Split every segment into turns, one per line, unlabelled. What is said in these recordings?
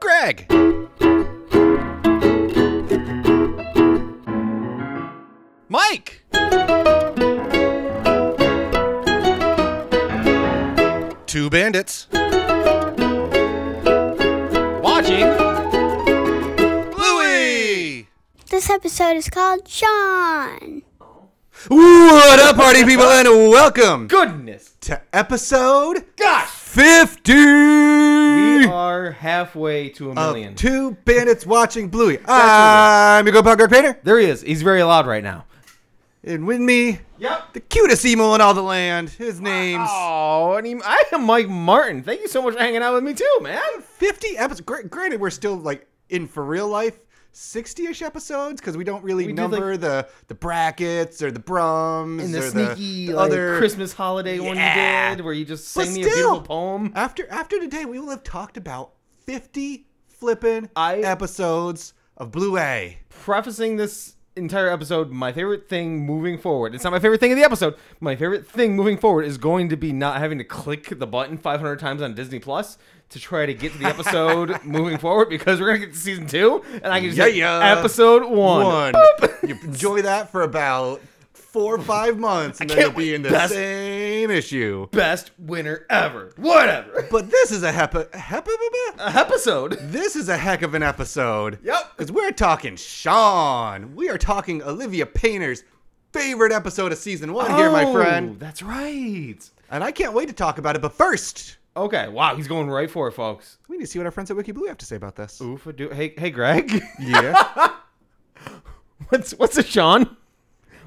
Greg. Mike. Two bandits. Watching. Bluey.
This episode is called John.
What up, party people, and welcome
Goodness,
to episode
gosh,
50
we are halfway to a million.
of Two Bandits Watching Bluey. I'm your go-pal Greg Painter,
there he is. He's very loud right now.
and with me,
Yep.
the cutest emo in all the land, his name's
Oh, and he, I am Mike Martin. Thank you so much for hanging out with me too, man.
50 episodes. Gr- Granted, we're still like in for real life 60-ish episodes because we don't really
We did,
number the the brackets or the brums
And the
or
sneaky
the
like,
other
Christmas holiday one
Yeah.
you did, where you just
But
sang me a
still,
beautiful poem.
After after today, we will have talked about 50 flippin'
I-
episodes of Bluey.
Prefacing this entire episode, my favorite thing moving forward. It's not my favorite thing of the episode. My favorite thing moving forward is going to be not having to click the button 500 times on Disney Plus to try to get to the episode moving forward because we're gonna get to season two, and I can just
Yeah,
hit
yeah.
episode one.
one. you enjoy that for about four or five months, and then you'll
can't
be
wait.
in the
Best-
same issue.
best winner ever. Whatever.
But this is a hepa, hepa,
Episode.
This is a heck of an episode.
Yep.
Because we're talking Sean. We are talking Olivia Painter's favorite episode of season one here,
Oh.
my friend.
That's right.
And I can't wait to talk about it. But first,
Okay. Wow, he's going right for it, folks.
we need to see what our friends at Wiki Blue have to say about this.
Oof a do hey hey Greg.
Yeah.
what's what's a Sean?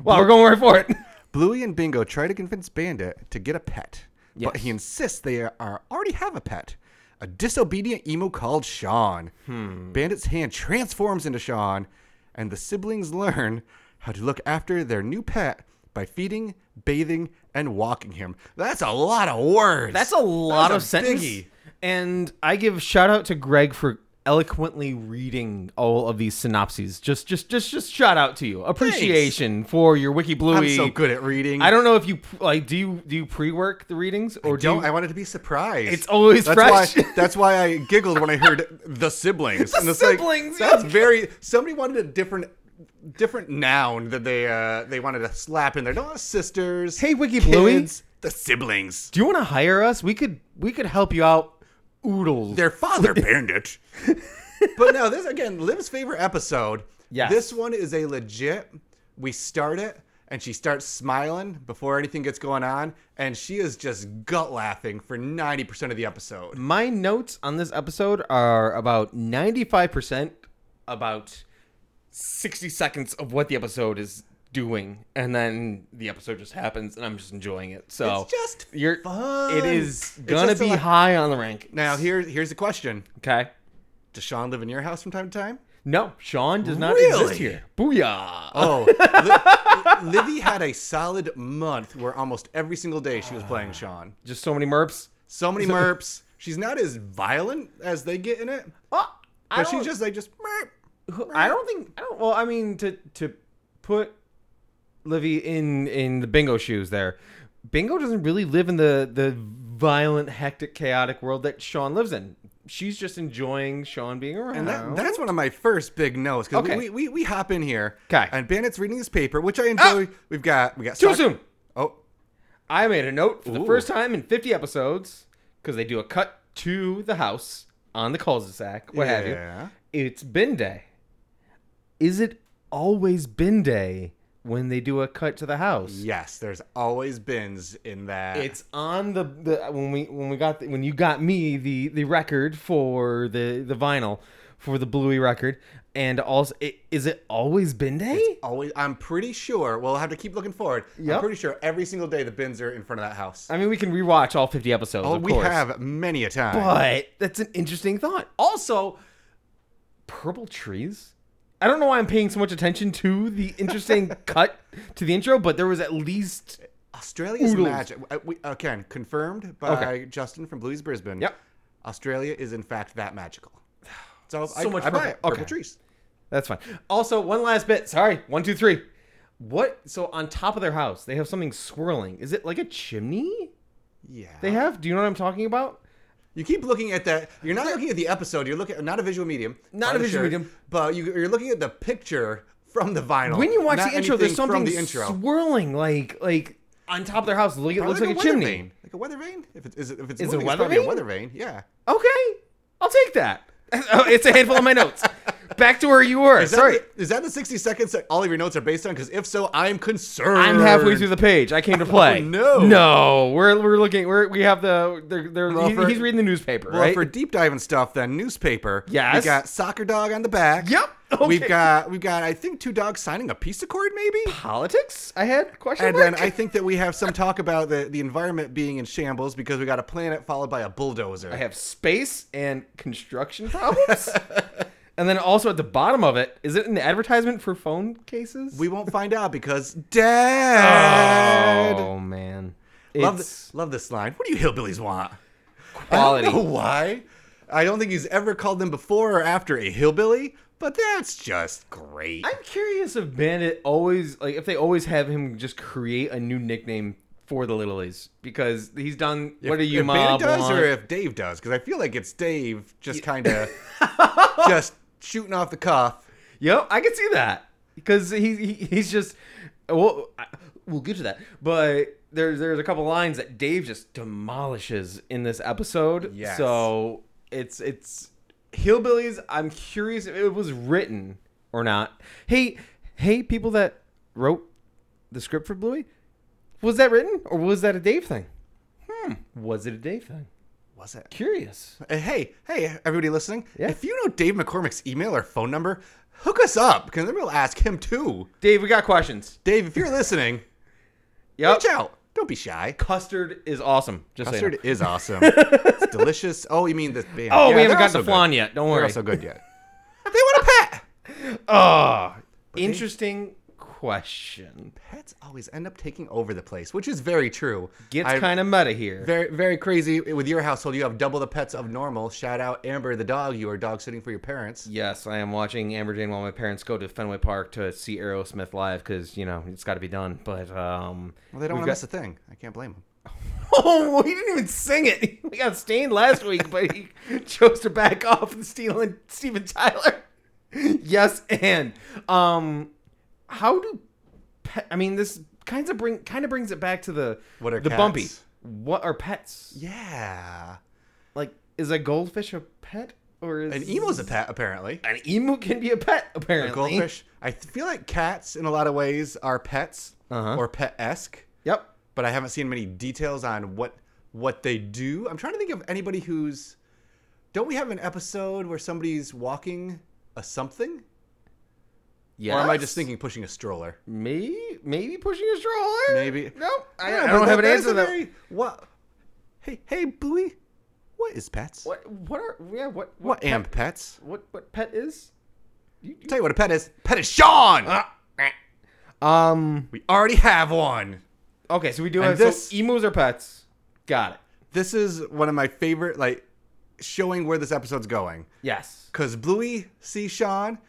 Wow, we're going right for it.
Bluey and Bingo try to convince Bandit to get a pet, but
Yes.
he insists they are already have a pet. A disobedient emo called Sean.
Hmm.
Bandit's hand transforms into Sean, and the siblings learn how to look after their new pet by feeding, bathing, and walking him. That's a lot of words.
That's a lot
That's
of sentences.
biggie.
And I give shout out to Greg for eloquently reading all of these synopses. Just just just just shout out to you. Appreciation for your Wiki
I'm
Bluey.
so good at reading.
I don't know if you like do you do you pre-work the readings or do
Don't
you,
I wanted to be surprised?
It's always
that's
fresh.
Why, that's why I giggled when I heard the siblings. and it's
siblings,
Like, that's
yeah.
very. Somebody wanted a different, different noun that they uh they wanted to slap in there. Don't sisters.
Hey, Wiki
kids,
Bluey.
the siblings.
Do you want to hire us? We could we could help you out. Oodles.
Their father bandit. but no, this again, Liv's favorite episode.
Yes.
This one is a legit. We start it. And she starts smiling before anything gets going on, and she is just gut laughing for ninety percent of the episode.
My notes on this episode are about ninety five percent, about sixty seconds of what the episode is doing, and then the episode just happens, and I'm just enjoying it. So
It's just
you're
fun.
it is
It's
gonna
just a
be
lot-
high on the rank.
Now here, here's the question:
Okay.
Does Sean live in your house from time to time?
No, Sean does not
Really?
exist here. Booyah!
Oh, Li- Livy had a solid month where almost every single day she was playing Sean.
Just so many merps.
So many merps. She's not as violent as they get in it,
Oh, I
but she's
don't-
just like just merp.
I don't think I don't. Well, I mean to to put Livy in in the Bingo shoes there. Bingo doesn't really live in the the violent, hectic, chaotic world that Sean lives in. She's just enjoying Sean being around.
And that, that's one of my first big notes because
Okay.
we, we we hop in here.
'Kay.
And Bandit's reading this paper, which I enjoy. We've got we got
Ah! Too
soc-
soon.
Oh,
I made a note for the
Ooh.
first time in 50 episodes because they do a cut to the house on the cul-de-sac, what
Yeah.
have you. It's bin day. Is it always bin day when they do a cut to the house?
yes. There's always bins in that.
It's on the, the when we when we got the, when you got me the the record for the the vinyl for the Bluey record and also i- is it always been day?
always. I'm pretty sure. We'll have to keep looking forward. I'm
Yep.
pretty sure every single day the bins are in front of that house.
I mean, we can rewatch all fifty episodes.
Oh,
of
we
course.
have many a time.
but that's an interesting thought. Also, purple trees. I don't know why I'm paying so much attention to the interesting cut to the intro, but there was at least
Australia's
Oodles.
magic. uh, We, again, confirmed by
Okay.
Justin from Blues Brisbane.
Yep.
Australia is in fact that magical. So, I,
So much
I buy
purple.
it. Purple
Okay.
trees.
That's fine. Also, one last bit. Sorry. One, two, three. What? So on top of their house, they have something swirling. Is it like a chimney?
Yeah.
They have. Do you know what I'm talking about?
You keep looking at that. You're not looking at the episode. You're looking not a visual medium.
Not a
the
visual
shirt,
medium.
But you, you're looking at the picture from the vinyl.
When you watch
not
the intro, there's
anything from
something
the intro.
swirling, like like on top of their house. Look, it looks
Probably
like a, chimney.
Vein. Like a weather vane? If it's is it, if it's
Is it
moving,
weather
it's probably
vane?
a weather vane. Yeah.
Okay, I'll take that. Oh, it's a handful of my notes. Back to where you were.
Is that
Sorry,
the- is that the 60 seconds that all of your notes are based on? Because if so, I'm concerned.
I'm halfway through the page. I came to play.
Oh, no.
no, we're we're looking. We're we have the they're, they're,
Well,
he-
for-
he's reading the newspaper,
Well,
right?
for deep diving stuff, then newspaper.
Yes.
We got soccer dog on the back.
Yep. Okay.
We've got we've got I think two dogs signing a piece of cord maybe.
Politics? I had question
And
mark.
then I think that we have some talk about the, the environment being in shambles because we got a planet followed by a bulldozer.
I have space and construction problems. and then also at the bottom of it, is it an advertisement for phone cases?
we won't find out because dad.
Oh man.
love,
It's
th- love this line. What do you hillbillies want?
quality.
I don't know why. I don't think he's ever called them before or after a hillbilly, but that's just great.
I'm curious if Bandit always like if they always have him just create a new nickname for the Littlies because he's done what are you
if Bannon
mob
does
want?
or if Dave does? Because I feel like it's Dave just kind of just shooting off the cuff.
Yep, I can see that because he, he he's just well, I, we'll get to that. But there's there's a couple lines that Dave just demolishes in this episode.
Yes.
So it's it's hillbillies. I'm curious if it was written or not. Hey, hey, people that wrote the script for Bluey, was that written or was that a Dave thing? Hmm, was it a Dave thing?
Was it?
Curious.
Uh, Hey, hey, everybody listening!
Yeah.
If you know Dave McCormick's email or phone number, hook us up because then we'll ask him too.
Dave, we got questions.
Dave, if you're listening,
Yep.
reach out. Don't be shy.
Custard is awesome. Just so you know.
Custard is awesome. it's delicious. Oh, you mean the band? Yeah,
Oh, we
they're
haven't got
also
the
good.
flan yet. Don't
They're
worry.
also good yet. they want a pet.
Ah, interesting question.
Pets always end up taking over the place, which is very true.
Gets
I-
kind of meta here.
Very, very crazy. With your household, you have double the pets of normal. Shout out Amber the dog. You are dog sitting for your parents.
yes, I am watching Amber Jane while my parents go to Fenway Park to see Aerosmith live because you know it's got to be done. But um,
Well, they don't want to
we've got-
miss a thing. I can't blame them.
Oh, he didn't even sing it. We got stained last week, but he chose to back off and steal and Steven Tyler. Yes, and um, how do pet, I mean this kinds of bring kind of brings it back to the
What are
the
cats?
bumpy. What are pets?
Yeah,
Like, is a goldfish a pet or is
an emo's a pet apparently.
An emu can be a pet apparently.
Goldfish. I th- feel like cats, in a lot of ways, are pets
Uh-huh.
or pet esque,
Yep.
but I haven't seen many details on what what they do. I'm trying to think of anybody who's. Don't we have an episode where somebody's walking a something?
Yeah.
Or am I just thinking pushing a stroller?
maybe maybe pushing a stroller?
Maybe.
Nope. I,
Yeah,
I
but
don't have an
that
answer
is
to
a
that.
very- What? Hey, hey, Bluey. What is pets?
What what are yeah what
What,
pet-
am pets?
what what pet is?
Tell you what a pet is. Pet is Sean.
Ah. Um.
we already have one.
Okay, so we do
And
have this.
this-
So emus are pets. Got it.
This is one of my favorite, like, showing where this episode's going.
Yes.
Cause Bluey sees Sean,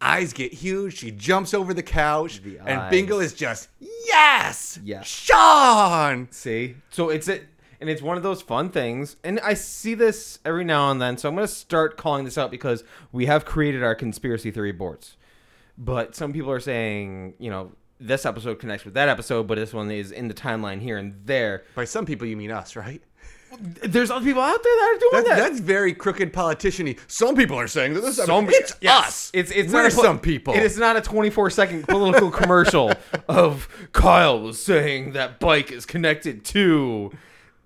eyes get huge. She jumps over the couch,
The
and Bingo
eyes.
is just yes,
Yes.
Sean.
See, so it's it, and it's one of those fun things. And I see this every now and then, so I'm gonna start calling this out because we have created our conspiracy theory boards. But some people are saying, you know, this episode connects with that episode, but this one is in the timeline here and there.
By some people, you mean us, right?
There's other people out there that are doing
That's,
that.
that's very crooked politician-y. Some people are saying that this
Some-
it's
yes.
us.
It's it's
we're
not a pol-
some people.
It is not a 24 second political commercial of Kyle was saying that bike is connected to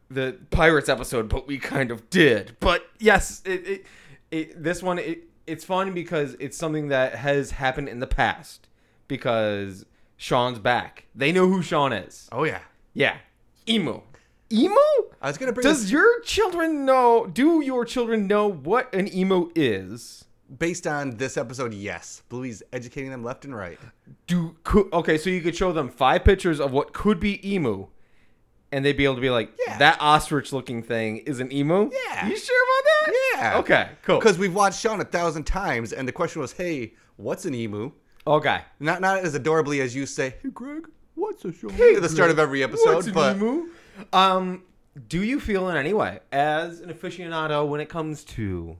the pirates episode, but we kind of did. But yes, it, it, it this one it, it's fun because it's something that has happened in the past because Sean's back. They know who Sean is.
Oh yeah.
Yeah, emu. Emu?
I was gonna bring
Does
this
your children know? Do your children know what an emo is?
based on this episode. Yes, Bluey's educating them left and right.
do could, okay so you could show them five pictures of what could be emu and they'd be able to be like
Yeah.
that ostrich looking thing is an emu
Yeah.
you sure about that
Yeah.
okay cool
Because we've watched Sean a thousand times, and the question was, "Hey, what's an emu?"
okay
Not not as adorably as you say, "Hey, Greg, what's a Sean?" at the start of every episode,
What's an
but
emu? um do you feel in any way as an aficionado when it comes to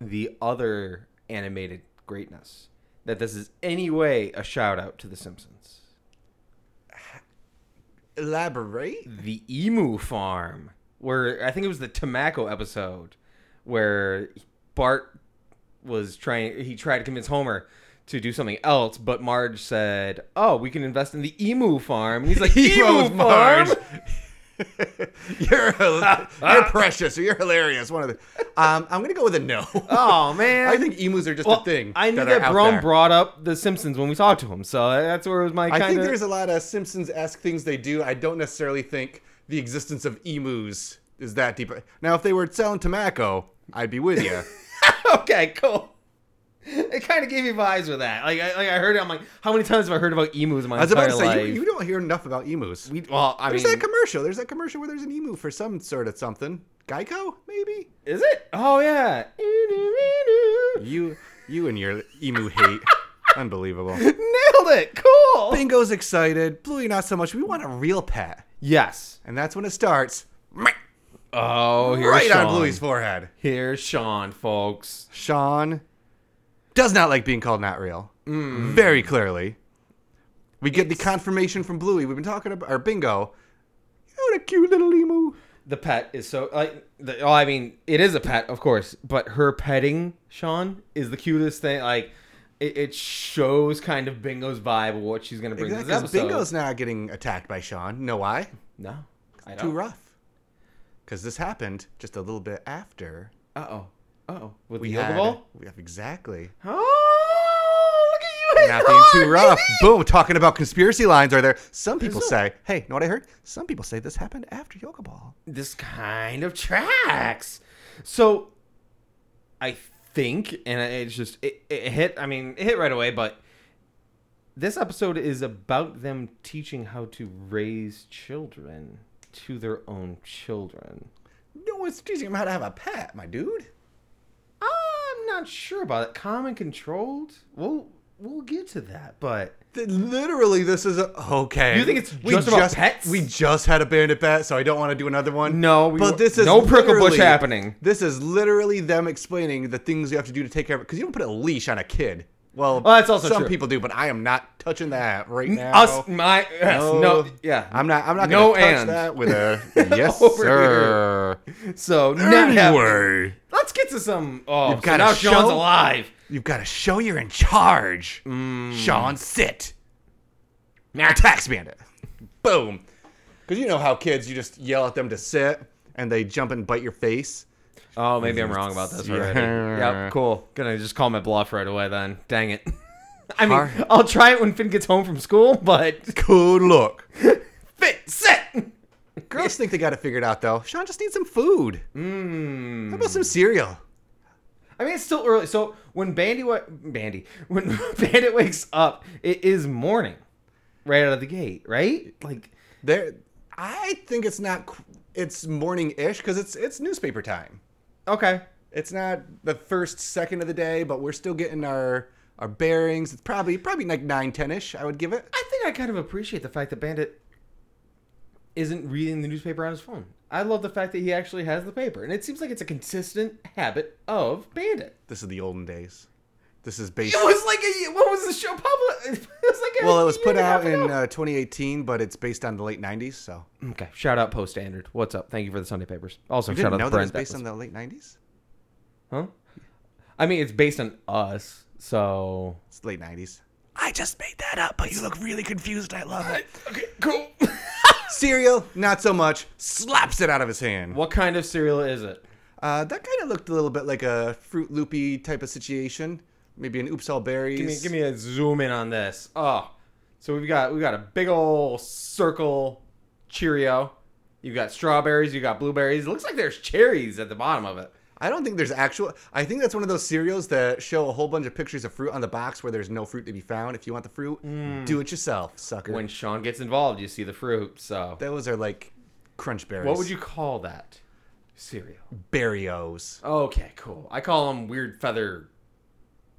the other animated greatness that this is any way a shout out to the simpsons
Elaborate.
the emu farm where i think it was the tobacco episode where bart was trying he tried to convince homer to do something else but marge said oh we can invest in the emu farm and he's like emu farm
you're you're precious. Or you're hilarious. One of the. Um, I'm gonna go with a no.
oh man
I think emus are just
Well,
a thing.
I knew
are
that,
out
Brom
there.
brought up The Simpsons when we talked to him, so that's where it was my
I
kind
think
of.
there's a lot of Simpsons-esque things they do. I don't necessarily think the existence of emus is that deep. Now, if they were selling tobacco, I'd be with you.
okay, cool. It kind of gave me vibes with that. Like I, like I heard it, I'm like, how many times have I heard about emus in my
I was
entire
about to say
life?
you, you don't hear enough about emus.
we, well, I
there's
mean,
that commercial. There's that commercial where there's an emu for some sort of something. Geico, maybe.
is it? Oh yeah. Nailed
You, you and your emu hate. Unbelievable.
it. Cool.
Bingo's excited. Bluey not so much. We want a real pet,
yes.
and that's when it starts. Right
Oh, here's Sean.
on Bluey's forehead.
Here's Sean, folks.
Sean does not like being called not real. Very clearly. We get the confirmation from Bluey. We've been talking about, or Bingo. You know what a cute little emu.
The pet is so like. The, oh, I mean, it is a pet, of course, but her petting Sean is the cutest thing. Like, it, it shows kind of Bingo's vibe of what she's gonna bring to this
Because
episode.
Bingo's not getting attacked by Sean. Know why?
no, I
Too
don't.
rough. Because this happened just a little bit after
Uh oh, uh oh, with
we
the yoga
had-
ball.
We have exactly.
Oh, look at you!
Not
hitting
being too
hard,
rough.
baby!
Boom. Talking about conspiracy lines are there. Some people
There's
say, hey, you know what I heard? Some people say this happened after Yoga Ball.
This kind of tracks. So, I think, and it's just it, it hit. I mean, it hit right away, but. This episode is about them teaching how to raise children to their own children.
No one's teaching him how to have a pet, my dude.
I'm not sure about it. Calm and controlled. We'll we'll get to that, but
Th- Literally, this is a, okay.
You think it's just about pets?
We just had a bandit bet, so I don't want to do another one.
No, we
but
wa-
this is
no prickle bush
literally-
happening.
This is literally them explaining the things you have to do to take care of it. Because you don't put a leash on a kid. Well,
Well, that's also
some
true.
people do, but I am not touching that right now.
Us, my, yes, no, yeah.
I'm not. I'm not
No
going to touch
and.
that with a yes,
Over
sir.
So not happening.
Anyway,
Let's get to some. Oh,
You've
so
got a
now Sean's
show?
alive.
you've got to show you're in charge. Sean, sit. Now tax bandit. Boom. Because you know how kids, you just yell at them to sit, and they jump and bite your face.
Oh, maybe I'm wrong about this already.
Yeah.
Yep, cool. Gonna just call my bluff right away then. Dang it. I mean,
Alright.
I'll try it when Finn gets home from school, but
Good look.
Finn, sit.
Girls think they got it figured out though. Sean just needs some food.
Mm.
How about some cereal?
I mean, it's still early. So when Bandy, wa- Bandy, when Bandit wakes up, it is morning, right out of the gate, right? Like,
There, I think it's not. qu- It's morning-ish because it's it's newspaper time.
okay,
It's not the first second of the day, but we're still getting our our bearings. It's probably probably like nine ten ish. I would give it.
I think I kind of appreciate the fact that Bandit isn't reading the newspaper on his phone. I love the fact that he actually has the paper, and it seems like it's a consistent habit of Bandit.
This is the olden days. This is based.
It was like a what was the show public? It was like a
well, it was
year
put
and a half
out in
ago.
uh, 2018, but it's based on the late 90s. So
uh, okay. Shout out post standard. What's up? Thank you for the Sunday papers. Also
you
shout
didn't
out
know
to
that it's
Brent.
based on
that
the late 90s.
was- huh? I mean, it's based on us, so
It's the late 90s. I just made that up, but you look really confused. I love it.
okay, cool.
Cereal, not so much. Slaps it out of his hand.
what kind of cereal is it?
Uh, that kind of looked a little bit like a Fruit Loopy type of situation. Maybe an Oops All Berries.
Give me, give me a zoom in on this. Oh, so we've got we got a big old circle Cheerio. You've got strawberries. You got blueberries. It looks like there's cherries at the bottom of it.
I don't think there's actual. I think that's one of those cereals that show a whole bunch of pictures of fruit on the box where there's no fruit to be found. If you want the fruit, do it yourself, sucker.
When Sean gets involved, you see the fruit. So,
Those are like crunch berries.
what would you call that cereal?
Berrios
Okay, cool. I call them weird feather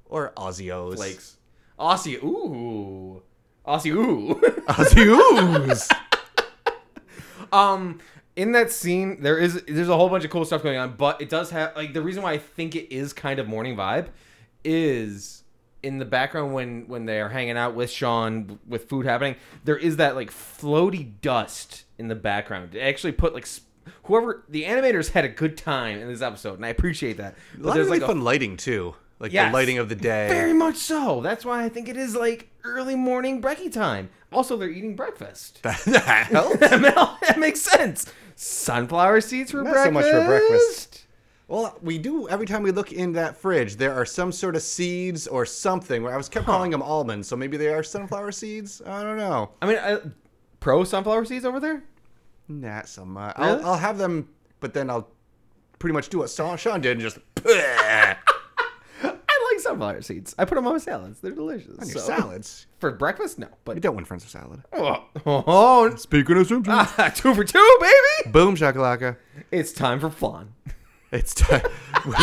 or Ozios?
flakes. Aussie, ooh, Aussie, ooh.
Ozios.
um, in that scene there is there's a whole bunch of cool stuff going on but it does have like the reason why i think it is kind of morning vibe is in the background when when they are hanging out with sean with food happening there is that like floaty dust in the background it actually put like sp- whoever the animators had a good time in this episode and i appreciate that
A lot
there's
of really
like
fun lighting too, like
Yes.
the lighting of the day.
very much so that's why i think it is like early morning brekkie time also they're eating breakfast
that helps.
ML, that makes sense. Sunflower seeds for
Not so
breakfast.
much for breakfast. Well, we do every time we look in that fridge, there are some sort of seeds or something. Where I was kept calling them almonds, so maybe they are sunflower seeds. I don't know.
I mean, I, pro sunflower seeds over there.
Not so much.
Really?
I'll, I'll have them, but then I'll pretty much do what Sean Sean did and just
I like sunflower seeds. I put them on my salads. They're delicious.
on your
So-
salads.
for breakfast? No,
You
but
don't win friends with salad.
oh, oh,
Speaking of Simpsons,
ah, two for two, baby.
boom shakalaka.
It's time for flan.
It's time. we,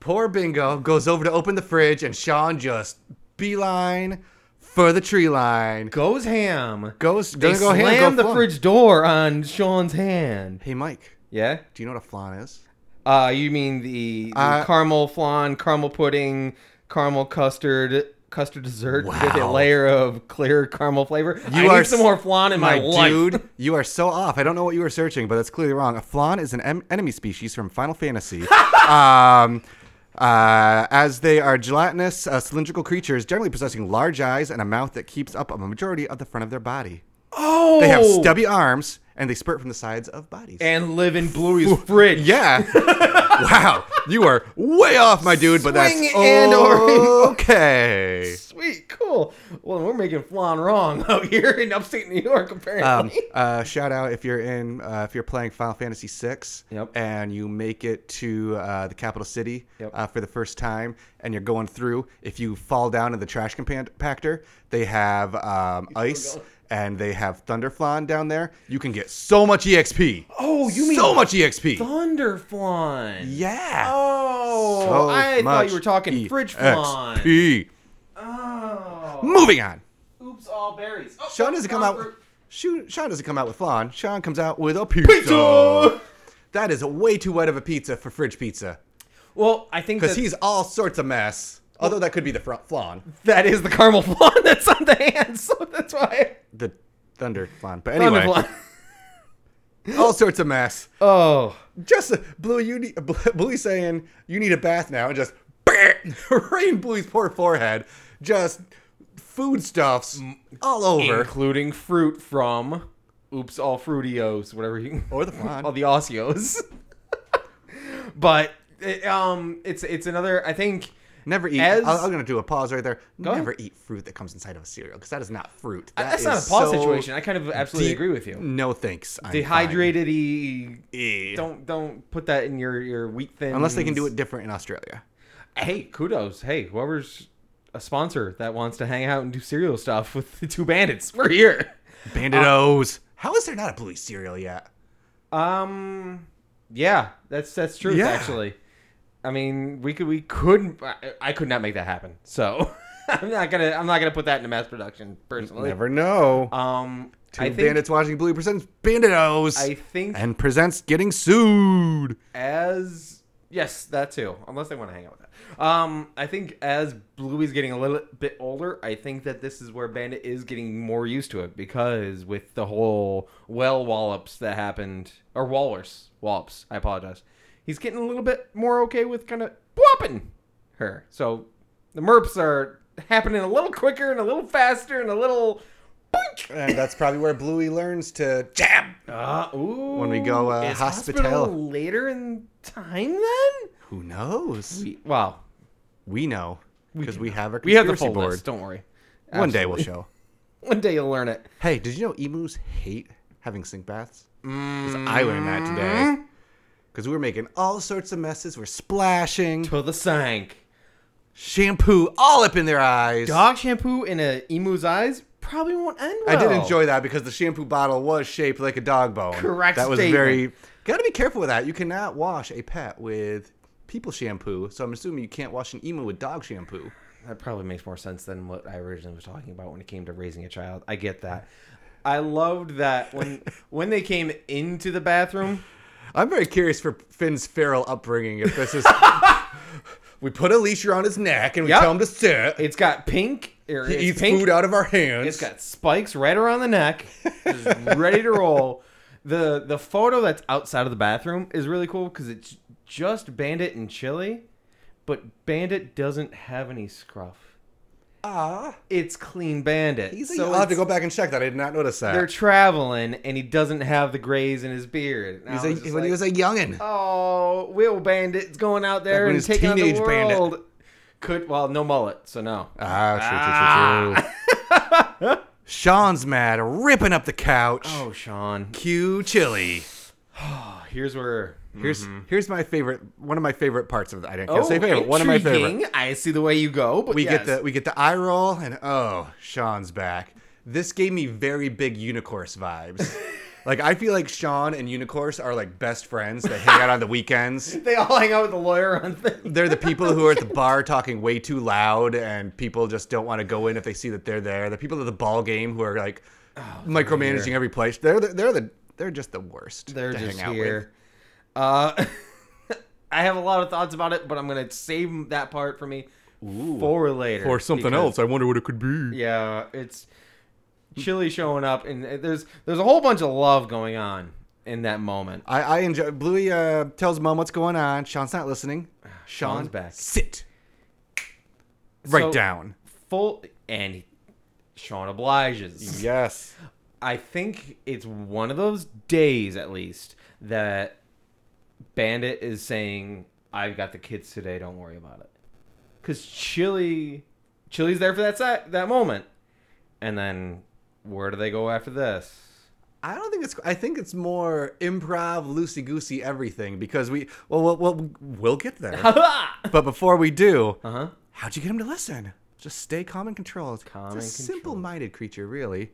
poor Bingo goes over to open the fridge, and Sean just beeline for the tree line.
Goes ham.
Goes
They
gonna go ahead and
slam
go
the
flan.
fridge door on Sean's hand.
Hey Mike,
Yeah.
do you know what a flan is?
Uh, you mean the, the
Uh,
caramel flan, caramel pudding, caramel custard, custard dessert with a
Wow.
layer of clear caramel flavor? You I
are
need some more flan in my, life.
dude, you are so off. I don't know what you were searching, but that's clearly wrong. A flan is an em- enemy species from Final Fantasy. um, uh, as they are gelatinous, uh, cylindrical creatures, generally possessing large eyes and a mouth that keeps up a majority of the front of their body.
Oh,
They have stubby arms and they spurt from the sides of bodies.
and live in Bluey's fridge.
yeah. wow, you are way off, my dude. But that's
Swing and or-
okay.
sweet, cool. Well, we're making flan wrong out here in upstate New York, apparently.
Um, uh, shout out if you're in uh, if you're playing Final Fantasy VI
Yep.
and you make it to uh, the capital city
Yep.
uh, for the first time and you're going through. If you fall down in the trash compactor, they have um, ice and they have Thunderflan down there. You can get so much EXP.
oh, you mean
so much EXP?
thunder flan?
yeah.
Oh,
So
I thought
much E
you were talking fridge flan.
EXP.
Oh,
Moving on.
oops, all berries. Oh,
Sean doesn't come out.
fruit.
Shoot, Sean doesn't come out with flan. Sean comes out with a pizza.
Pizza!
That is way too wet of a pizza for fridge pizza
Well, I think
because
that-
he's all sorts of mess. Although that could be the fr- flan,
that is the caramel flan that's on the hand, so that's why.
the thunder flan. But
Caramel
anyway,
flan.
all sorts of mess.
Oh,
Just uh, blue, you need, Bl- blue saying you need a bath now, and just bam, rain blue's poor forehead. Just foodstuffs all over.
including fruit from Oops All Fruitios, whatever you
Or the flan.
all the Osseos. but it, um, it's it's another. I think
Never eat.
As-
I- I'm gonna do a pause right there.
Go ahead.
Never eat fruit that comes inside of a cereal because that is not fruit. That
that's not a
is
pause
so
situation. I kind of absolutely
deep-
agree with you.
No thanks. I'm
Dehydrated.
fine. Eh.
Don't don't put that in your your wheat thin.
Unless they can do it different in Australia.
Uh, Hey, kudos. Hey, whoever's a sponsor that wants to hang out and do cereal stuff with the two bandits, we're here.
Bandit O's. How is there not a blue cereal yet?
Um, yeah, that's that's true.
Yeah.
Actually, I mean, we could we could I, I could not make that happen. So I'm not gonna I'm not gonna put that into mass production personally.
Never know.
Um,
Two
I think
bandits watching blue presents Bandit O's.
I think
and presents getting sued.
as yes that too. Unless they want to hang out with that. Um, I think as Bluey's getting a little bit older, I think that this is where Bandit is getting more used to it because with the whole well wallops that happened or walrus wallops. I apologize. He's getting a little bit more okay with kind of whopping her. So the merps are happening a little quicker and a little faster and a little. boink.
And that's probably where Bluey learns to jab.
Uh, ooh,
When we go, uh,
is
hospital.
later in time then.
Who knows? We,
We, wow.
know because we, have our
We have the
conspiracy
full
board.
list. Don't worry.
One day we'll
Absolutely.
show.
One day you'll learn it.
Hey, did you know emus hate having sink baths? Because I learned that
Mm-hmm.
today. Because we were making all sorts of messes. We're splashing
To the sank.
shampoo all up in their eyes.
Dog shampoo in a emu's eyes probably won't end
I
well.
did enjoy that because the shampoo bottle was shaped like a dog bone.
Correct
That was
statement.
very. Got to be careful with that. You cannot wash a pet with people shampoo. So I'm assuming you can't wash an emu with dog shampoo.
That probably makes more sense than what I originally was talking about when it came to raising a child. I get that. I loved that when when they came into the bathroom.
I'm very curious for Finn's feral upbringing. If this is, we put a leash around his neck and we
Yep.
tell him to sit.
It's got pink. Or
he
it's
eats
pink.
food out of our hands.
It's got spikes right around the neck, just ready to roll. The the photo that's outside of the bathroom is really cool because it's just Bandit and Chili, but Bandit doesn't have any scruff.
ah.
It's clean Bandit.
He's
So
so I'll have to
it's-
go back and check that. I did not notice that.
They're traveling, and he doesn't have the grays in his beard. And I
He's
was
a,
just
when he
like,
was a youngin.
oh, Will Bandit's going out
Like
there
when
and
he's
taking on the
teenage Bandit.
world. Could well, no mullet, so no.
Ah, true, true, true, true. Ah. Sean's mad, ripping up the couch.
Oh, Sean.
Q chili.
Here's where
Here's here's my favorite one of my favorite parts of the I didn't can't say favorite one of my favorite.
Oh, intriguing. I see the way you go, but
We
yes.
get the we get the eye roll and oh Sean's back. This gave me very big Unicorse vibes. like I feel like Sean and Unicorse are like best friends that hang out on the weekends.
they all hang out with the lawyer on things.
They're the people who are at the bar talking way too loud, and people just don't want to go in if they see that they're there. The people at the ball game who are like
Oh,
micromanaging every place. They're the, they're the they're just the worst.
They're
to
just
hang out
here. Uh, I have a lot of thoughts about it, but I'm gonna save that part for me for later
with.
because-
I wonder what it could be.
Yeah, it's Chili showing up, and uh, there's there's a whole bunch of love going on in that moment.
I, I enjoy. Bluey uh, tells mom what's going on. Sean's not listening. Sean,
Ah, Sean's back.
Sit. Right
So-
down.
Full and Sean obliges.
Yes.
I think it's one of those days at least that Bandit is saying, "I've got the kids today. Don't worry about it." Because Chili, Chili's there for that si- that moment, and then where do they go after this?
I don't think it's. I think it's more improv, loosey goosey, everything. Because we. Well, well, well we'll get there.
Ha!
but before we do,
uh huh.
how'd you get him to listen? Just stay calm and controlled.
Calm and
it's a
controlled.
simple-minded creature, really.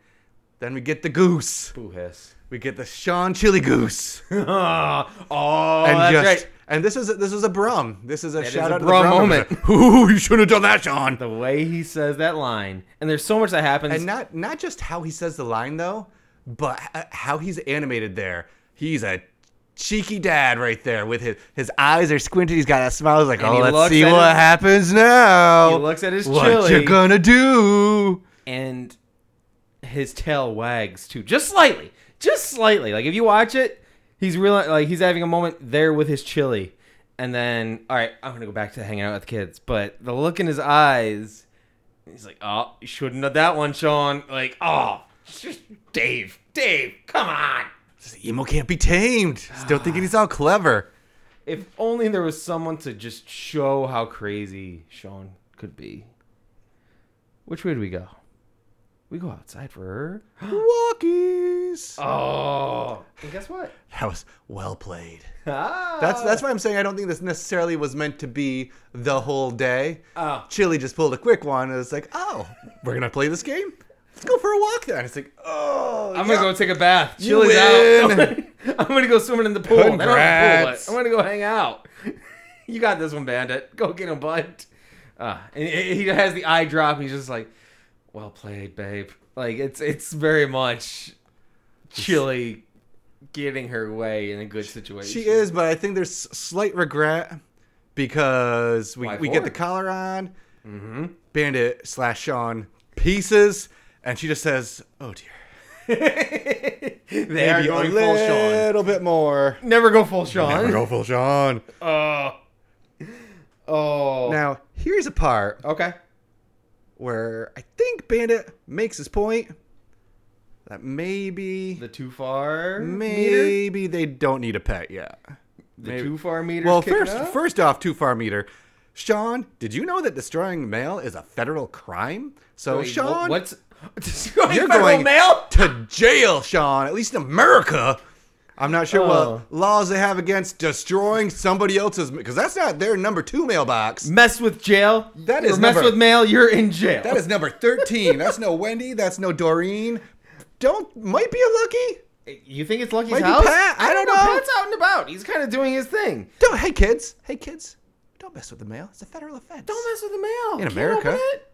Then we get the goose.
Boo hiss.
We get the Sean Chili Goose.
oh, and
and
that's
just
right.
and this is a, this is a Brum. This is a
is
shout
a
out to
Brum
the Brum
moment.
Ooh, you shouldn't have done that, Sean.
The way he says that line, and there's so much that happens.
And not not just how he says the line though, but h- how he's animated there. He's a cheeky dad right there with his his eyes are squinted. He's got a smile. He's like,
And
oh,
he
let's
looks
see
at
what
his-
happens now.
he looks at his
what
chili
you gonna do?
and his tail wags too, just slightly, just slightly. Like if you watch it, he's real like he's having a moment there with his chili, and then all right, I'm gonna go back to hanging out with the kids. But the look in his eyes, he's like, oh, you shouldn't have that one, Sean. Like, oh, it's just Dave, Dave, come on.
This emo can't be tamed. Still thinking he's all clever.
If only there was someone to just show how crazy Sean could be. Which way do we go? We go outside for
Walkies.
Uh, Oh, and guess what?
That was well played.
Ah,
That's that's why I'm saying I don't think this necessarily was meant to be the whole day.
Oh.
Chili just pulled a quick one and it's like, oh, we're gonna play this game. Let's go for a walk then. It's like, oh,
I'm
yeah.
gonna go take a bath.
You
Chill it out.
win.
I'm gonna go swimming in the pool. They don't have a pool,
Congrats.
but I'm gonna go hang out. you got this one, Bandit. Go get him, bud. Uh, and he he has the eye drop. And he's just like, "Well played, babe." Like it's it's very much chilly, getting her way in a good situation.
She is, but I think there's slight regret because we, we
Why for? Mm-hmm.
get the collar on. Bandit slash Sean pieces, and she just says, oh dear.
they are
Maybe
going
a
full Sean.
little bit more.
Never go full Sean.
Go full Sean.
Uh, oh.
Now here's a part
okay.
where I think Bandit makes his point that maybe
The too far meter.
maybe they don't need a pet yet.
The
maybe-
too far meter.
Well, first first off, too far meter. Sean, did you know that destroying mail is a federal crime? So Sean,
what's destroying
you're
federal
going
mail?
to jail, Sean. At least in America. I'm not sure
Oh.
what laws they have against destroying somebody else's because that's not their number two mailbox.
Mess with jail. That
That
is
is
mess
number-
with mail. You're in jail.
That is number 13. that's no Wendy. That's no Doreen. Don't might be a lucky.
You think it's Lucky's
Might be
house?
Pat. I don't know.
Pat's out and about. He's kind of doing his thing.
Don't hey kids, hey kids, don't mess with the mail. It's a federal offense.
Don't mess with the mail
In
Can't
America.
open it.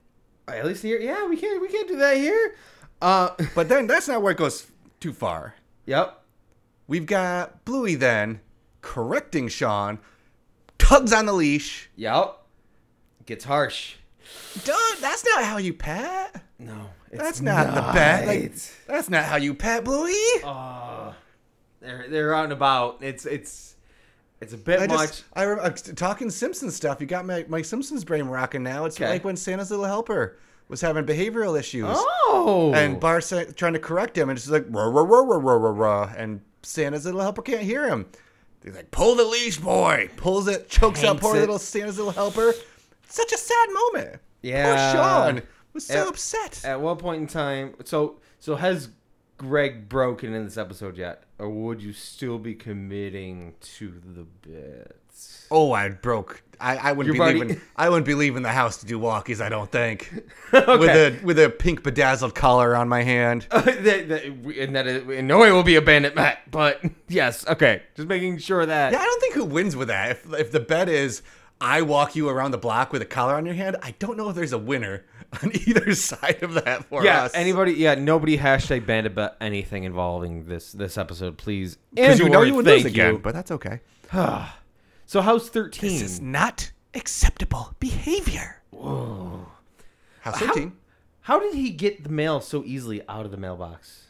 At least here, yeah, we can't. We can't do that here. Uh,
But then that's not where it goes too far.
yep.
We've got Bluey then correcting Sean, tugs on the leash.
Yep. Gets harsh.
Dude, that's not how you pat.
No. It's
That's not, the pat. Like,
Right. Oh,
that's not how you pat, Bluey.
uh, They're they're out and about. It's it's it's a bit
I
much.
just, I remember talking Simpsons stuff. You got my, my Simpsons brain rocking now. It's
Okay.
like when Santa's Little Helper was having behavioral issues.
oh.
And Bart sa- trying to correct him, and she's like, rah, rah, rah, rah, rah, rah, rah. And Santa's little helper can't hear him. He's like, pull the leash, boy. Pulls it, chokes up
Hanks
poor
it.
little Santa's little helper. Such a sad moment.
Yeah.
Poor Sean was so
Yeah.
upset.
at one point in time, so so has Greg broken in this episode yet, or would you still be committing to the bits?
oh, I broke. I, I wouldn't be
Your body-
leaving. I wouldn't be leaving the house to do walkies. I don't think.
Okay.
With a with a pink bedazzled collar on my hand.
that, that, and that is, in no way will be a bandit Matt, but yes, okay, just making sure that.
Yeah, I don't think who wins with that. If, if the bet is I walk you around the block with a collar on your hand, I don't know if there's a winner on either side of that for
Yeah,
us.
anybody? Yeah, nobody hashtag banned about anything involving this this episode, please.
because
And
you know you would lose
thank
again,
you.
but that's okay. Hmm.
So how's thirteen?
This is not acceptable behavior. Whoa. House 13.
How did he get the mail so easily out of the mailbox?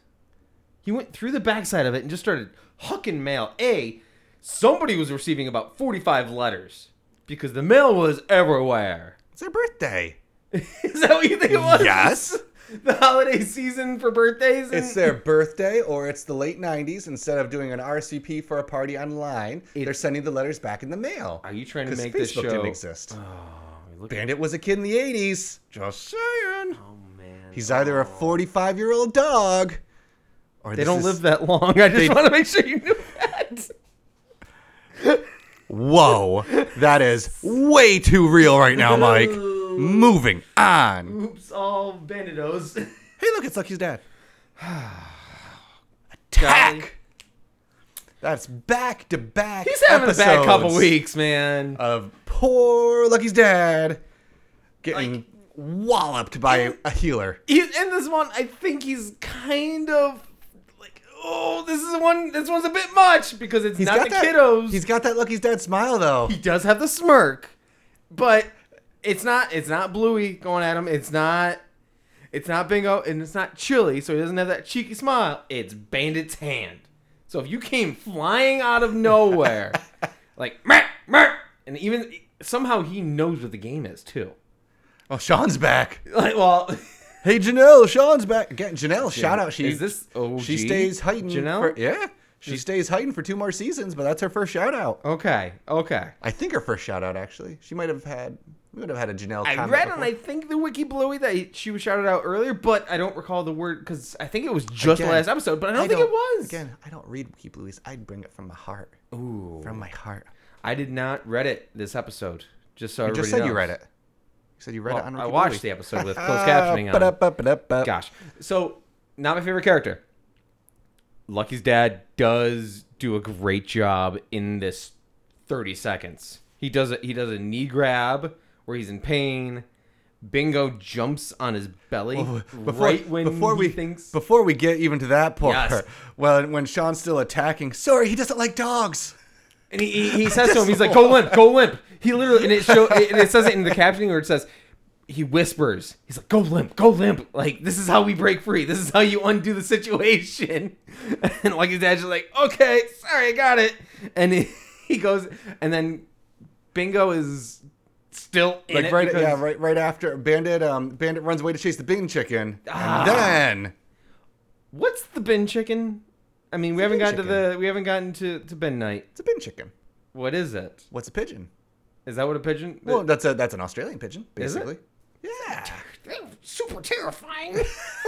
He went through the backside of it and just started hucking mail. A, somebody was receiving about 45 letters because the mail was everywhere.
It's her birthday.
Is that what you think it was?
Yes.
The holiday season for birthdays? And
It's their birthday, or it's the late 90s. Instead of doing an RCP for a party online, they're sending the letters back in the mail.
Are you trying to
'Cause
make
Facebook
this show? Oh,
didn't exist. Bandit was a kid in the 80s. Just saying.
Oh, man. Oh.
He's either a 45 year old dog, or
They don't live that long. I just want to make sure you knew that.
Whoa, that is way too real right now, Mike. Moving on.
Oops, all banditos.
Hey, look, it's Lucky's dad.
Golly.
Attack. That's back to back.
He's having a bad couple
episodes
weeks, man.
of poor Lucky's dad getting walloped by a healer.
he's in this one. I think he's kind of like, oh, this is one. This one's a bit much because it's not the
that,
kiddos.
He's got that Lucky's dad smile though.
he does have the smirk, but it's not. It's not Bluey going at him. It's not. It's not Bingo, and it's not Chili, so he doesn't have that cheeky smile. It's Bandit's hand. So if you came flying out of nowhere, like "Meh, meh," and even somehow he knows what the game is too.
Oh, Sean's back.
Like, well,
Hey Janelle, Sean's back again. Janelle, shout out. She
Is this OG?
She stays heightened.
Janelle?
for- yeah, she stays heightened for two more seasons, but that's her first shout out.
okay, okay.
I think her first shout out actually. She might have had. We would have had a Janelle.
I
comment
read
before.
on I think the Wiki Bluey that he- she was shouted out earlier, but I don't recall the word because I think it was just
Again,
last episode. But I don't think it was.
Again, I don't read Wiki Blueies. I bring it from my heart.
Ooh,
From my heart.
I did not read it this episode. Just so Oh,
You just said you read it. You said you read it on Wiki
I watched the episode with closed captioning on.
on.
Gosh, so not my favorite character. Lucky's dad does do a great job in this thirty seconds. He does a, he does a knee grab where he's in pain. Bingo jumps on his belly
Oh, before,
right when
before
he
we
thinks
before we get even to that point,
Yes.
well, when Sean's still attacking, sorry, he doesn't like dogs.
And he, he, he says to him, he's like, "Go limp, go limp." He literally, and it show, and it says it in the captioning, where it says, he whispers, he's like, "Go limp, go limp." Like this is how we break free. This is how you undo the situation. And like his dad's just like, "Okay, sorry, I got it." And he, he goes, and then Bingo is still in
Like
it
right,
because-
yeah, right, right after Bandit, um, Bandit runs away to chase the Bing Chicken,
Ah.
and then
What's the bin chicken? I mean, we haven't
bin
gotten to the we haven't gotten to to bin night.
it's a Bing Chicken.
What is it?
What's a pigeon?
Is that what a pigeon?
Well, that's a that's an Australian pigeon,
Is it?
basically. Yeah,
super terrifying.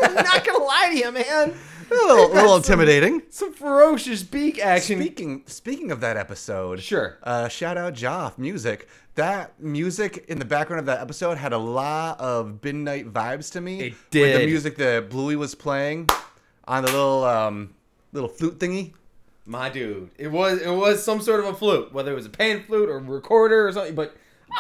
I'm not gonna lie to you, man.
a little, a little intimidating.
Some ferocious beak action.
Speaking speaking of that episode,
Sure.
Uh, shout out Joff music. That music in the background of that episode had a lot of midnight vibes to me.
It
With the
did.
music that Bluey was playing on the little um, little flute thingy.
My dude, it was it was some sort of a flute, whether it was a pan flute or recorder or something. But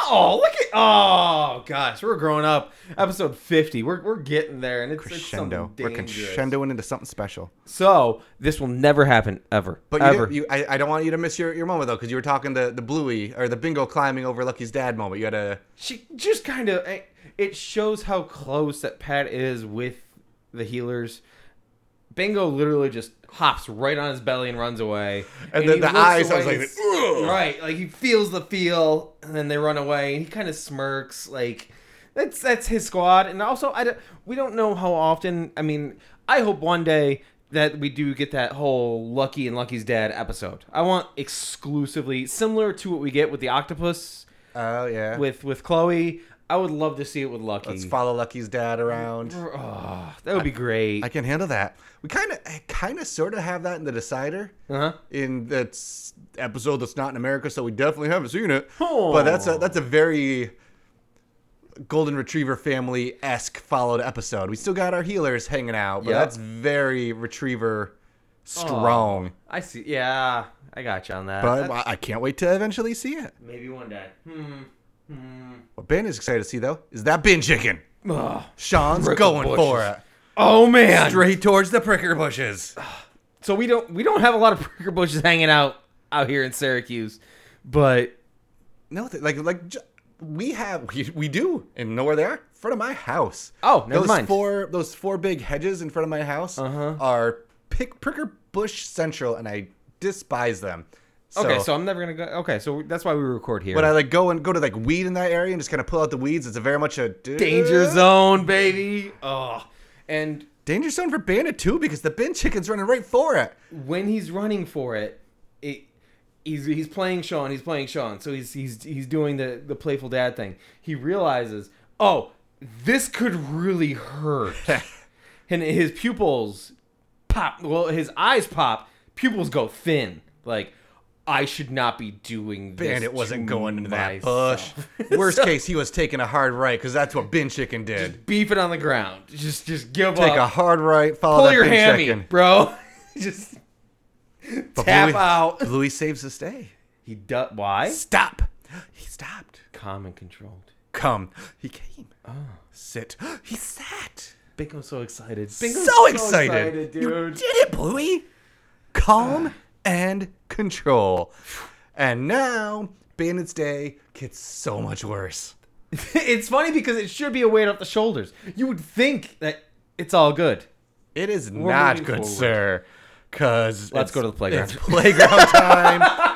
Oh, look at oh gosh, we're growing up. Episode fifty, we're we're getting there, and it's
Crescendo.
It's
We're
something dangerous.
crescendoing into something special.
So this will never happen ever.
But you,
ever.
did- you I, I don't want you to miss your, your moment though, because you were talking the the Bluey or the Bingo climbing over Lucky's dad moment. You had a
she just kind of it shows how close that Pat is with the healers. Bingo literally just hops right on his belly and runs away.
And then
he
the
looks
eyes, I was
away
like,
and- right, like he feels the feel, and then they run away. And he kind of smirks, like that's that's his squad. And also, I don't, we don't know how often. I mean, I hope one day that we do get that whole Lucky and Lucky's dad episode. I want exclusively similar to what we get with the octopus
oh yeah.
with with Chloe. I would love to see it with Lucky.
Let's follow Lucky's dad around.
Oh, that would be great.
I can handle that. We kind of, kind of, sort of have that in the decider
Uh-huh.
in that s- episode that's not in America, so we definitely haven't seen it.
Oh.
But that's a that's a very golden retriever family esque followed episode. We still got our healers hanging out, but
Yep.
that's very retriever strong.
I see. Yeah, I got you on that.
But
That's-
I I can't wait to eventually see it.
maybe one day. Hmm.
What Ben is excited to see though is that bin chicken.
Ugh.
Sean's
Prickle
going for
bushes.
it.
Oh man.
Straight towards the pricker bushes.
So we don't we don't have a lot of pricker bushes hanging out out here in Syracuse, but
No, th- like like j- we have we, we do and know where they are in front of my house.
Oh, never
those
mind. Uh-huh.
four those four big hedges in front of my house are pick pricker bush central, and I despise them. So,
okay. So, I'm never gonna go. Okay, so that's why we record here.
when I like go and go to like weed in that area and just kind of pull out the weeds, it's a very much a
Danger zone, baby. Oh, and
danger zone for Bandit too because the bin chicken's running right for it.
when he's running for it, it he's he's playing Sean, he's playing Sean. So he's he's he's doing the the playful dad thing. He realizes, "Oh, this could really hurt." and his pupils pop, well, his eyes pop, pupils go thin. Like I should not be doing this.
Bandit wasn't
to
going into that bush.
myself.
Worst case, he was taking a hard right because that's what bin chicken did.
Beef it on the ground. Just just give
Take a
up.
hard right, follow
Pull
that
your
bin
hammy,
chicken.
bro. just
But
tap
Bluey-
out.
Bluey saves the day.
He does. Why?
Stop. He stopped.
Calm and controlled.
Come. He came.
Oh.
Sit. He sat.
Bingo's so excited.
So,
Bingo's
excited. You
dude.
did it, Bluey. Calm and control. And now, Bandit's Day gets so much worse.
it's funny because it should be a weight off the shoulders. You would think that it's all good.
It is not
moving
good,
forward.
sir. Cause
Let's
it's-
go to the playground.
It's playground time.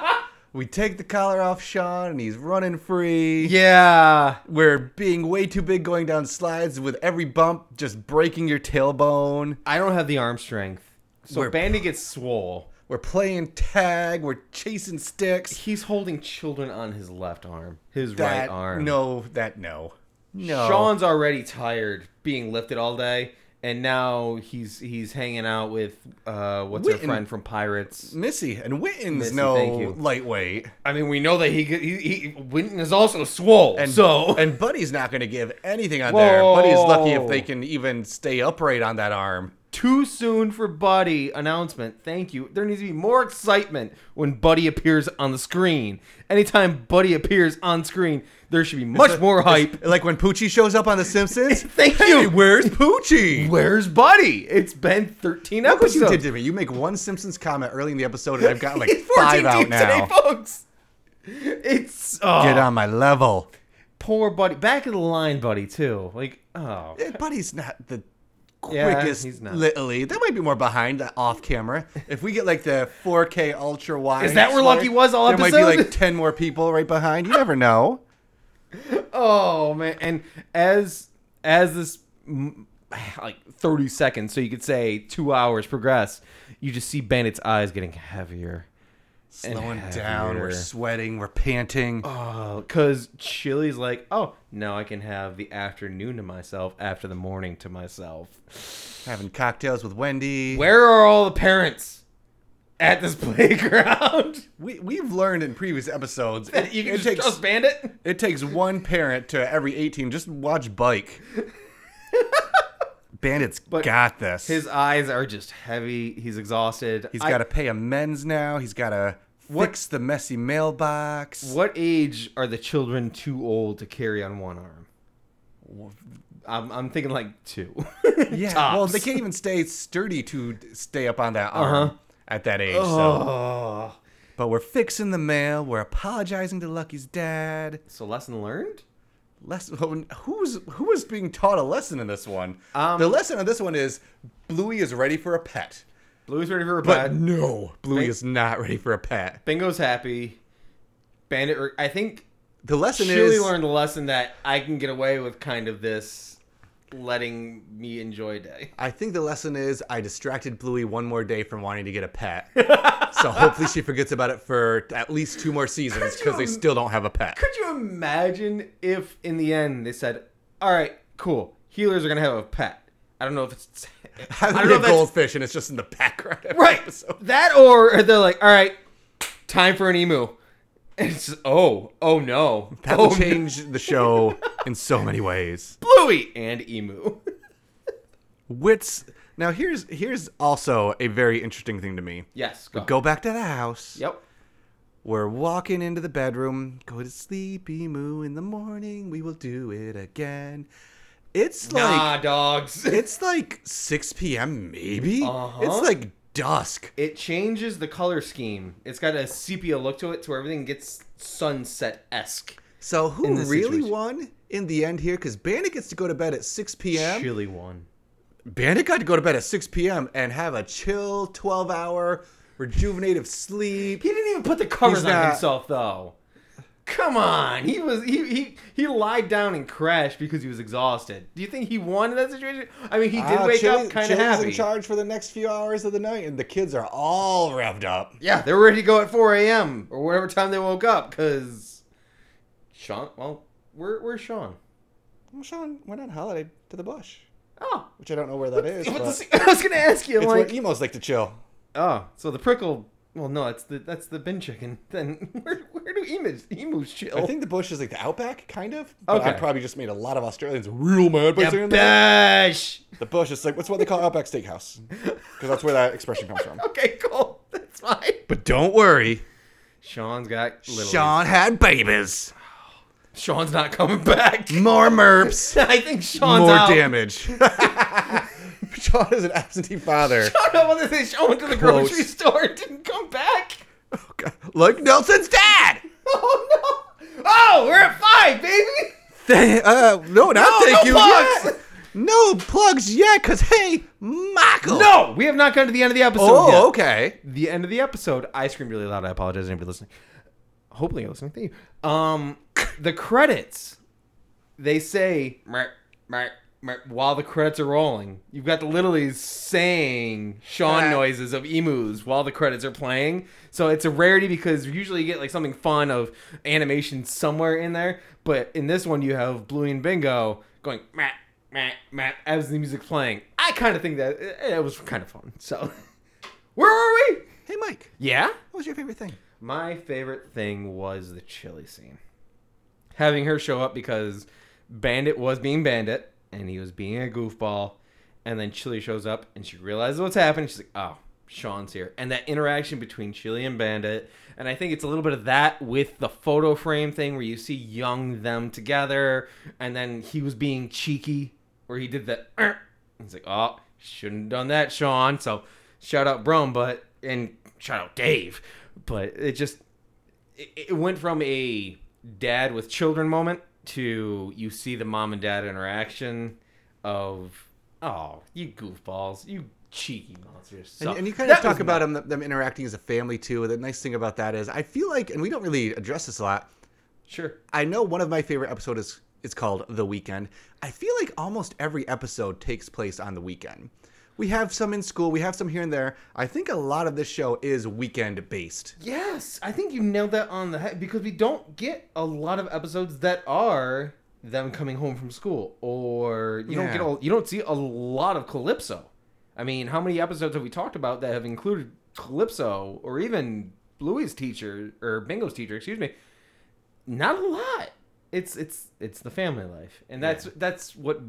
we take the collar off Sean, and he's running free.
Yeah.
We're being way too big going down slides with every bump just breaking your tailbone.
I don't have the arm strength. So
We're-
Bandy gets swole.
We're playing tag. We're chasing sticks.
He's holding children on his left arm, his right
That
arm.
no, that no, no.
Sean's already tired being lifted all day, and now he's he's hanging out with uh what's her
Witten.
friend from Pirates.
Missy and Witten's
Missy,
no
thank you.
lightweight,
I mean, we know that he he, he Winton is also swole.
and
so
and Buddy's not going to give anything on there. Buddy's lucky if they
Whoa.
can even stay upright on that arm.
Too soon for Buddy announcement. Thank you. There needs to be more excitement when Buddy appears on the screen. Anytime Buddy appears on screen, there should be much more hype.
It's like when Poochie shows up on The Simpsons.
Thank
hey,
you.
Where's Poochie?
Where's Buddy? It's been 13
Look what
episodes.
you did to me. You make one Simpsons comment early in the episode, and I've got like
It's 14
five out
deep today,
now.
folks. It's oh,
Get on my level.
poor Buddy. Back of the line, Buddy, too. Like, oh.
Eh, Buddy's not the
Yeah,
quickest.
he's not.
Literally, that might be more behind that off camera. If we get like the 4K ultra wide,
Is that where Lucky
slide,
was all
there might be like
episode?
10 more people right behind. You never know.
Oh man! And as as this mm, like thirty seconds, so you could say two hours progress, you just see Bandit's eyes getting heavier. and
Slowing down. We're
heavier.
sweating. We're panting.
Oh, cause Chili's like, oh, now I can have the afternoon to myself after the morning to myself.
Having cocktails with Wendy.
Where are all the parents at this playground?
we we've learned in previous episodes it,
you can
it
just
takes
trust Bandit.
it takes one parent to every 18. Just watch Bike. Bandit's got this.
His eyes are just heavy. He's exhausted.
He's
I-
got to pay amends now. He's got to Fix the messy mailbox.
What age are the children too old to carry on one arm? I'm, I'm thinking like two.
Yeah. Well, they can't even stay sturdy to stay up on that arm
Uh-huh.
at that age. So.
Oh.
But we're fixing the mail. We're apologizing to Lucky's dad.
So lesson learned.
Lesson. Who's who is being taught a lesson in this one?
Um,
the lesson in this one is Bluey is ready for a pet.
Bluey's ready for a
But
pet.
no, Bluey
Bing-
is not ready for a pet.
Bingo's happy. Bandit. Or, I think
The lesson
Chili
is
learned the lesson that I can get away with kind of this, letting me enjoy day.
I think the lesson is I distracted Bluey one more day from wanting to get a pet. so hopefully she forgets about it for at least two more seasons because they still don't have a pet.
Could you imagine if in the end they said, "All right, cool, healers are gonna have a pet." I don't know if it's
How do
I
they
don't know
get
if that's-
goldfish and it's just in the background? every
right
episode?
that or they're like, "All right, time for an emu." And it's just, oh oh no
That
oh
will change the show in so many ways.
no. Bluey and emu.
Wits. Now here's here's also a very interesting thing to me.
yes, go.
Go back to the house.
Yep.
We're walking into the bedroom. Go to sleep, emu. In the morning, we will do it again. It's like
nah, dogs.
it's like 6 p.m. maybe.
Uh-huh.
It's like dusk.
It changes the color scheme. It's got a sepia look to it, to where everything gets sunset esque.
So who
In this
really
situation.
won in the end here? Because Bandit gets to go to bed at 6 p.m.
Chili one.
Bandit got to go to bed at 6 p.m. and have a chill 12 hour rejuvenative sleep.
He didn't even put the covers
He's
on
not-
himself though. Come on, he was he, he he lied down and crashed because he was exhausted. Do you think he won in that situation? I mean, he did
Ah,
wake
Chili-
up kind of
Chili's in
happy.
charge for the next few hours of the night, and the kids are all revved up.
Yeah, they were ready to go at 4 a.m. or whatever time they woke up because Sean. Well, where where's Sean?
Well, Sean went on holiday to the bush,
Oh,
which I don't know where that is.
what
but
the se- I was gonna ask you
it's
like
where emos like to chill.
oh, so the prickle. Well, no, that's the that's the bin chicken. Then where, where do emus emus chill?
I think the bush is like the outback, kind of. But I
Okay.
probably just made a lot of Australians real mad by
Yeah,
saying that.
bash.
The bush is like, what's what they call Outback Steakhouse. Because that's where that expression comes from.
Okay, cool. That's fine.
But don't worry.
Sean's got little.
had babies.
Sean's not coming back.
More merps.
I think Sean's out.
damage. Sean is an absentee father.
I don't know whether they Sean went to the
Close.
grocery store and didn't come back.
Like Nelson's dad.
Oh no! Oh, we're at five, baby.
uh, no, not
No,
thank
no
you.
plugs.
yet. No plugs yet, because hey, Michael.
No, we have not gone to the end of the episode.
Oh,
yet.
okay.
The end of the episode. I screamed really loud. I apologize to anybody listening. Hopefully, you're listening. Thank you. Um, the credits. They say "Mer- mer- mer," while the credits are rolling. You've got the littlelies saying Sean noises of emus while the credits are playing. So it's a rarity because usually you get like something fun of animation somewhere in there, but in this one you have Bluey and Bingo going meh, meh, meh, as the music's playing. I kind of think that it, it was kind of fun. So where were we?
Hey, Mike.
Yeah.
What was your favorite thing?
My favorite thing was the chili scene. Having her show up because Bandit was being Bandit and he was being a goofball. And then Chili shows up and she realizes what's happening. She's like, oh, Sean's here. And that interaction between Chili and Bandit. And I think it's a little bit of that with the photo frame thing where you see young them together. And then he was being cheeky where he did the. "Er." He's like, oh, shouldn't have done that, Sean. So shout out Brum, but. And shout out Dave. But it just it, it went from a dad with children moment to you see the mom and dad interaction of oh you goofballs you cheeky monsters
And,
So
and you kind
that
of talk
was
about them, them interacting as a family too. The nice thing about that is, I feel like, and we don't really address this a lot.
my- sure
I know one of my favorite episodes is it's called The Weekend. I feel like almost every episode takes place on the weekend. We have some in school, we have some here and there. I think a lot of this show is weekend based.
yes i think you nailed that on the head because we don't get a lot of episodes that are them coming home from school or you don't
Yeah.
get all you don't see a lot of calypso i mean how many episodes have we talked about that have included calypso or even bluey's teacher or bingo's teacher excuse me not a lot. It's it's it's the family life, and that's that's what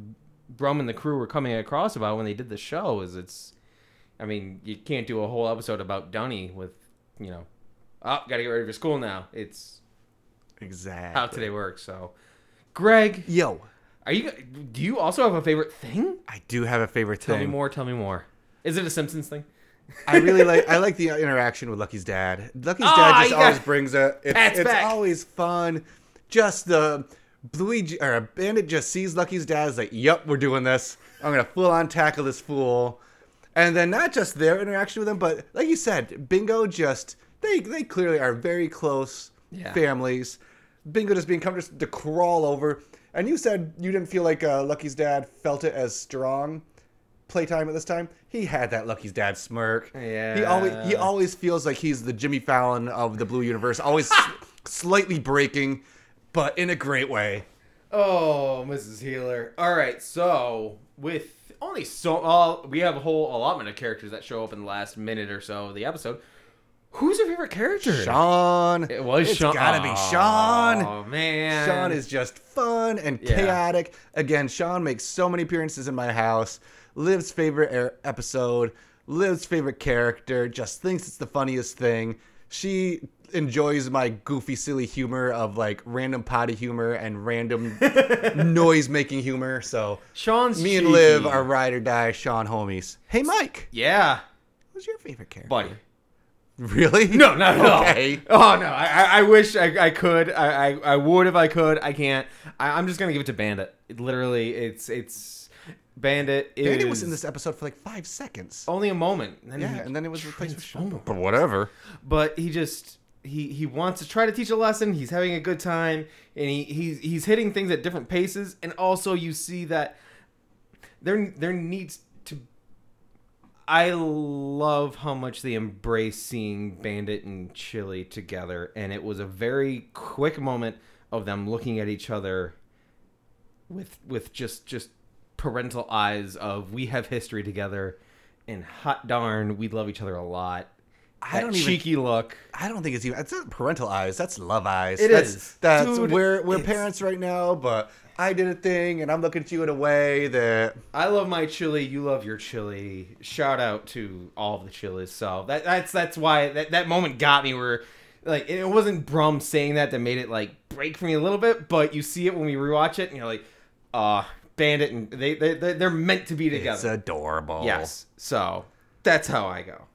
Brum and the crew were coming across about when they did the show. Is it's, I mean, you can't do a whole episode about Dunny with, you know, oh, gotta get ready for school now. It's
Exactly.
how today works. So, Greg,
Yo,
are you? Do you also have a favorite thing?
I do have a favorite thing.
Tell me more. Tell me more. Is it a Simpsons thing?
I really like I like the interaction with Lucky's dad. Lucky's
Ah,
dad just
you got-
always brings a it's,
Pat's
it's
back.
always fun. Just the Luigi or Bandit just sees Lucky's dad is like, "Yep, we're doing this. I'm gonna full on tackle this fool." And then not just their interaction with him, but like you said, Bingo just they they clearly are very close
Yeah.
families. Bingo just being comfortable to crawl over. And you said you didn't feel like uh, Lucky's dad felt it as strong playtime at this time, he had that Lucky's dad smirk. He always he
Yeah.
always feels like he's the Jimmy Fallon of the Blue Universe, always s- slightly breaking, but in a great way.
Oh, Mrs. Healer. All right, so with only so all we have a whole allotment of characters that show up in the last minute or so of the episode. Who's your favorite character?
Sean.
It was Sean.
It's gotta be Sean.
Oh man.
Sean is just fun and
Yeah.
chaotic. Again, Sean makes so many appearances in my house. Liv's favorite er- episode, Liv's favorite character, just thinks it's the funniest thing. She enjoys my goofy, silly humor of like random potty humor and random noise making humor. So
Sean's
me and
cheeky.
Liv are ride or die Sean homies. Hey, Mike,
Yeah,
who's your favorite character?
buddy.
Really?
No, not at all.
Okay.
Oh no, I, I- I wish I, I could. I, I, I would if I could. I can't. I, I'm just gonna give it to Bandit. It literally, it's it's Bandit. Is
Andy was in this episode for like five seconds.
only a moment. And then
yeah,
he
and then it was replaced with Sean.
transformed.
But whatever.
but he just he he wants to try to teach a lesson. He's having a good time, and he he's he's hitting things at different paces. And also, you see that there there needs to. I love how much they embrace seeing Bandit and Chili together, and it was a very quick moment of them looking at each other with with just just parental eyes of we have history together and hot darn we love each other a lot
I
that
don't even-
cheeky look.
I don't think it's even. It's not parental eyes. That's love eyes.
It
that's,
is.
That's
Dude,
we're we're
it's-
parents right now, but I did a thing, and I'm looking at you in a way that
I love my chili. You love your chili. Shout out to all the chilies. So that that's that's why that, that moment got me. Where like it wasn't Brum saying that that made it like break for me a little bit, but you see it when we rewatch it, and you're like, uh, Bandit and they they they- they're meant to be
it's
together.
adorable.
yes. So that's how I go.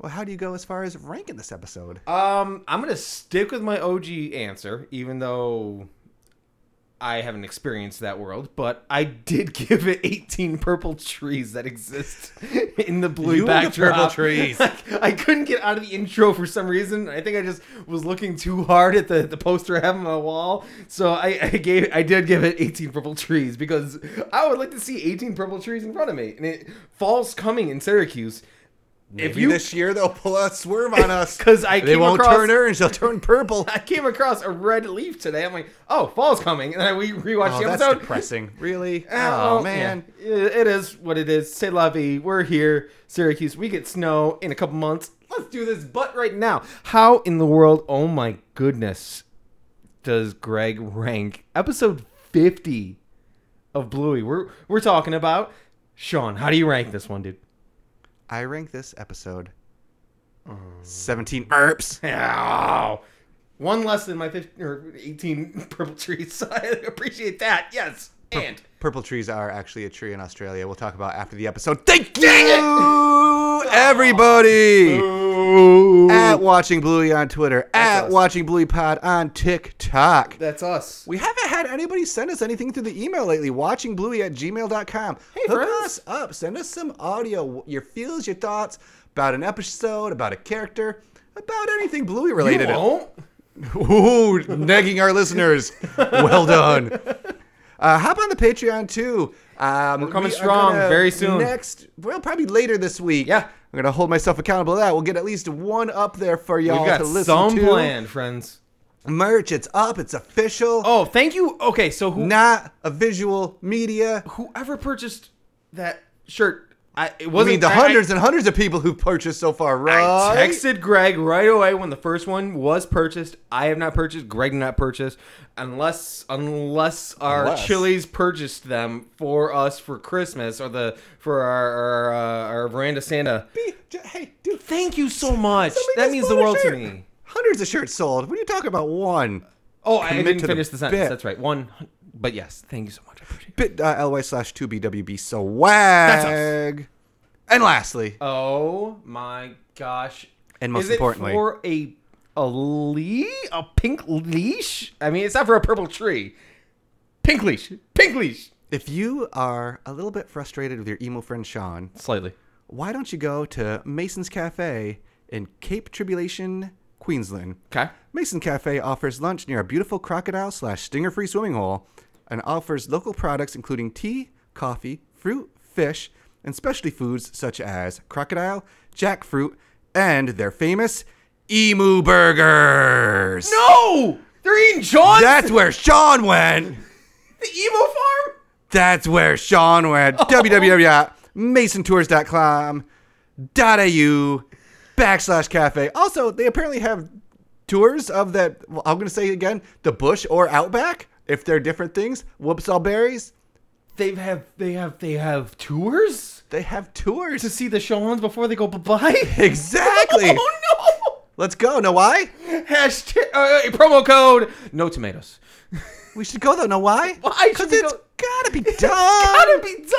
Well, how do you go as far as ranking this episode?
Um, I'm gonna stick with my OG answer, even though I haven't experienced that world. But I did give it 18 purple trees that exist in the blue
You and the
backdrop.
purple trees.
I, I couldn't get out of the intro for some reason. I think I just was looking too hard at the, the poster I have on the wall. So I, I gave I did give it 18 purple trees because I would like to see 18 purple trees in front of me. And it falls coming in Syracuse.
Maybe this year they'll pull a swerve on us
'Cause I
they
came
won't
across-
turn orange, they'll turn purple.
I came across a red leaf today. I'm like, oh, fall's coming, and then we rewatched
oh,
the
that's
episode.
depressing. Really?
Ah,
Oh,
well,
man.
yeah. It- it is what it is. Say la vie. We're here, Syracuse. We get snow in a couple months. Let's do this, but right now, how in the world? Oh my goodness, does Greg rank episode 50 of Bluey? We're we're talking about Sean. How do you rank this one, dude?
I rank this episode
Oh.
17 erps.
Ow. One less than my 15 or 18 purple trees. So I appreciate that. Yes. And
Purple trees are actually a tree in Australia. We'll talk about after the episode. Thank you,
Oh.
everybody. At watching Bluey on Twitter.
That's
at
us.
watching Bluey Pod on TikTok.
that's us.
We haven't had anybody send us anything through the email lately. WatchingBluey at gmail.com. Hey, Hook
friends.
us up. Send us some audio, your feels, your thoughts about an episode, about a character, about anything Bluey
you
related.
won't?
Ooh, negging our listeners. Well done. Uh, hop on the Patreon too. Um, We're
coming strong very soon.
Next, well, probably later this week.
Yeah.
I'm gonna hold myself accountable to that. We'll get at least one up there for y'all
We've got
to listen
some
to.
planned, friends.
Merch, it's up. It's official.
Oh, thank you. Okay, so who,
Not a visual media.
whoever purchased that shirt, I it
I
wasn't
mean, the
I-
hundreds and hundreds of people who've purchased so far,
I,
right?
I texted Greg right away when the first one was purchased. I have not purchased. Greg did not purchase, unless unless our
Unless.
Chili's purchased them for us for Christmas or the for our our, uh, our veranda Santa.
Hey, dude,
Thank you so much.
Somebody
that
just
means the
bought a
world to
shirt.
me.
hundreds of shirts sold. What are you talking about? One.
Oh, I
Commit
didn't
to the
finish the, sentence.
bit.
That's right. One, hun- but yes, thank you so much. I appreciate it.
Bit uh, ly slash two bwb swag. And lastly,
Oh my gosh!
And most
Is it
importantly-
for a a leash, a pink leash. I mean, it's not for a purple tree. Pink leash, pink leash.
if you are a little bit frustrated with your emo friend Sean,
Slightly.
why don't you go to Mason's Cafe in Cape Tribulation, Queensland?
Okay.
Mason Cafe offers lunch near a beautiful crocodile slash stinger free swimming hole and offers local products including tea, coffee, fruit, fish, and specialty foods such as crocodile, jackfruit, and their famous emu burgers.
No, they're eating John.
That's where Sean went.
the emo farm.
That's where Sean went. www.masontours.com.au backslash cafe. Also, they apparently have tours of that. Well, I'm going to say it again the bush or outback, if they're different things. Whoops, all berries.
They have they have they have tours
They have
to
tours.
see the Sean's before they go bye bye.
Exactly.
oh
Let's go. Know why?
no! Hashtag uh, promo code no tomatoes.
We should go though. Know why?
Why
Because
should we
it's
go?
got to be done.
It's gotta be done.